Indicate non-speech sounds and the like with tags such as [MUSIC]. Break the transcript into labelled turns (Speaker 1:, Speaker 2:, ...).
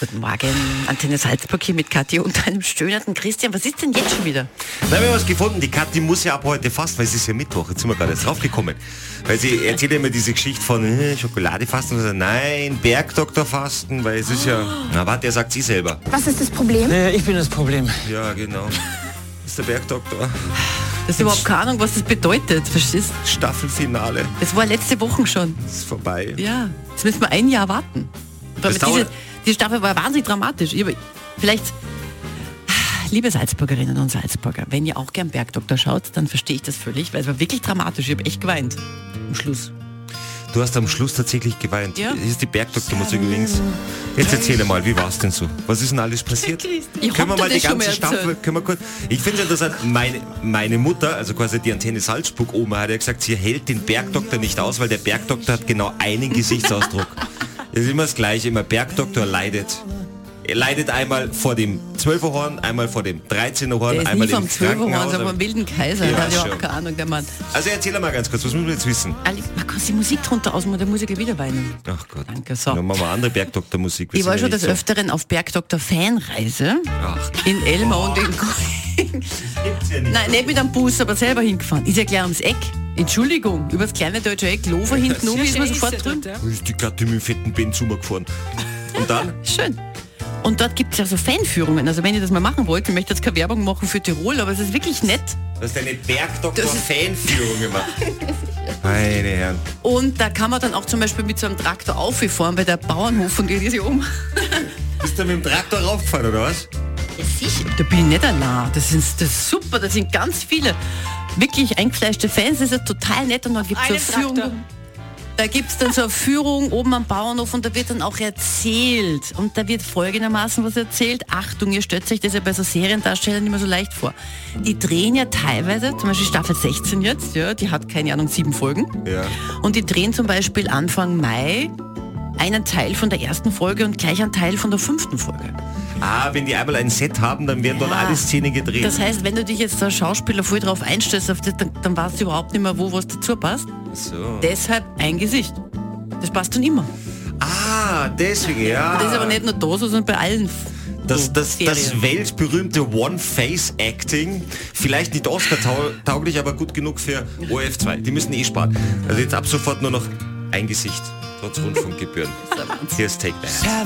Speaker 1: Guten Morgen, Antenne Salzburg hier mit Kathi und einem stöhnenden Christian. Was ist denn jetzt schon wieder?
Speaker 2: Na, wir haben was gefunden. Die Kathi muss ja ab heute fasten, weil es ist ja Mittwoch. Jetzt sind wir gerade erst draufgekommen. Weil sie erzählt ja immer diese Geschichte von äh, Schokolade fasten. Und so, nein, Bergdoktor fasten, weil es ist ja... Na warte, er sagt sie selber.
Speaker 3: Was ist das Problem?
Speaker 4: Äh, ich bin das Problem.
Speaker 2: Ja, genau. ist der Bergdoktor.
Speaker 1: Das ist überhaupt keine Ahnung, was das bedeutet. Verstehst?
Speaker 2: Staffelfinale
Speaker 1: Das war letzte Woche schon.
Speaker 2: ist vorbei.
Speaker 1: Ja, jetzt müssen wir ein Jahr warten.
Speaker 2: Das
Speaker 1: Damit diese,
Speaker 2: dauert-
Speaker 1: die Staffel war wahnsinnig dramatisch. Ich- Vielleicht, liebe Salzburgerinnen und Salzburger, wenn ihr auch gern Bergdoktor schaut, dann verstehe ich das völlig, weil es war wirklich dramatisch. Ich habe echt geweint. Am Schluss.
Speaker 2: Du hast am Schluss tatsächlich geweint.
Speaker 1: Ja.
Speaker 2: Hier ist die Bergdoktormusik übrigens. Jetzt erzähle mal, wie war es denn so? Was ist denn alles passiert?
Speaker 1: Ich
Speaker 2: können wir
Speaker 1: hab
Speaker 2: mal
Speaker 1: dir
Speaker 2: die
Speaker 1: das schon
Speaker 2: ganze
Speaker 1: mal erzählt.
Speaker 2: Staffel, können wir kurz. Ich finde es interessant, meine, meine Mutter, also quasi die Antenne Salzburg Oma, hat ja gesagt, sie hält den Bergdoktor nicht aus, weil der Bergdoktor hat genau einen
Speaker 1: [LAUGHS]
Speaker 2: Gesichtsausdruck. das ist immer das gleiche, immer Bergdoktor leidet. Er leidet einmal vor dem 12er Horn, einmal vor dem 13er Horn,
Speaker 1: Der ist
Speaker 2: einmal
Speaker 1: nie
Speaker 2: im
Speaker 1: vom Zwölferhorn,
Speaker 2: Krankenhaus.
Speaker 1: sondern vom wilden Kaiser.
Speaker 2: Ja,
Speaker 1: da hat ja
Speaker 2: schon.
Speaker 1: auch keine Ahnung, der Mann.
Speaker 2: Also erzähl mal ganz kurz, was müssen wir jetzt wissen?
Speaker 1: Alex, man kann die Musik drunter ausmachen, der Musiker wieder weinen.
Speaker 2: Ach Gott.
Speaker 1: Danke, so.
Speaker 2: Dann machen wir andere Bergdoktormusik. wir
Speaker 1: Ich war
Speaker 2: sind
Speaker 1: schon
Speaker 2: ja
Speaker 1: des
Speaker 2: nicht so-
Speaker 1: Öfteren auf Bergdoktor-Fanreise
Speaker 2: Ach,
Speaker 1: in Elmau und in Going.
Speaker 2: gibt's ja nicht.
Speaker 1: Nein, nicht mit einem Bus, aber selber hingefahren. Ist ja gleich ums Eck. Entschuldigung, über das kleine deutsche Eck, Lofer hinten um, ist man sofort drin.
Speaker 2: Ist die Katte mit dem fetten Benz umgefahren. Und dann?
Speaker 1: Schön. Und dort gibt es ja so Fanführungen. Also wenn ihr das mal machen wollt, ich möchte jetzt keine Werbung machen für Tirol, aber es ist wirklich nett.
Speaker 2: Du hast eine
Speaker 1: Das ist-
Speaker 2: Bergdoktor-Fanführung gemacht. Meine Herren.
Speaker 1: Und da kann man dann auch zum Beispiel mit so einem Traktor aufgefahren bei der Bauernhof und die um.
Speaker 2: Bist du mit dem Traktor raufgefahren, oder was?
Speaker 1: Sicher, da bin ich nicht allein. Das ist, das ist super, das sind ganz viele wirklich eingefleischte Fans, das ist ja total nett und dann gibt es so
Speaker 3: Einen
Speaker 1: Führung.
Speaker 3: Traktor.
Speaker 1: Da gibt es dann so eine Führung oben am Bauernhof und da wird dann auch erzählt. Und da wird folgendermaßen was erzählt. Achtung, ihr stellt euch das ja bei so Seriendarstellern immer so leicht vor. Die drehen ja teilweise, zum Beispiel Staffel 16 jetzt, ja, die hat keine Ahnung, sieben Folgen.
Speaker 2: Ja.
Speaker 1: Und die drehen zum Beispiel Anfang Mai einen Teil von der ersten Folge und gleich einen Teil von der fünften Folge.
Speaker 2: Ah, wenn die einmal ein Set haben, dann werden dort
Speaker 1: Ja.
Speaker 2: alle Szenen gedreht.
Speaker 1: Das heißt, wenn du dich jetzt als Schauspieler voll drauf einstellst, auf das, dann, dann weißt du überhaupt nicht mehr, wo was dazu passt.
Speaker 2: so.
Speaker 1: Deshalb ein Gesicht. Das passt dann immer.
Speaker 2: Ah, deswegen,
Speaker 1: Das ist aber
Speaker 2: ja.
Speaker 1: nicht nur da, so, sondern bei allen.
Speaker 2: Das, das, das
Speaker 1: Serien.
Speaker 2: weltberühmte One-Face-Acting, vielleicht nicht Oscar-tauglich, aber gut genug für OF2. Die müssen eh sparen. Also jetzt ab sofort nur noch
Speaker 1: [LAUGHS]
Speaker 2: ein Gesicht, trotz Rundfunkgebühren. Hier ist Take That.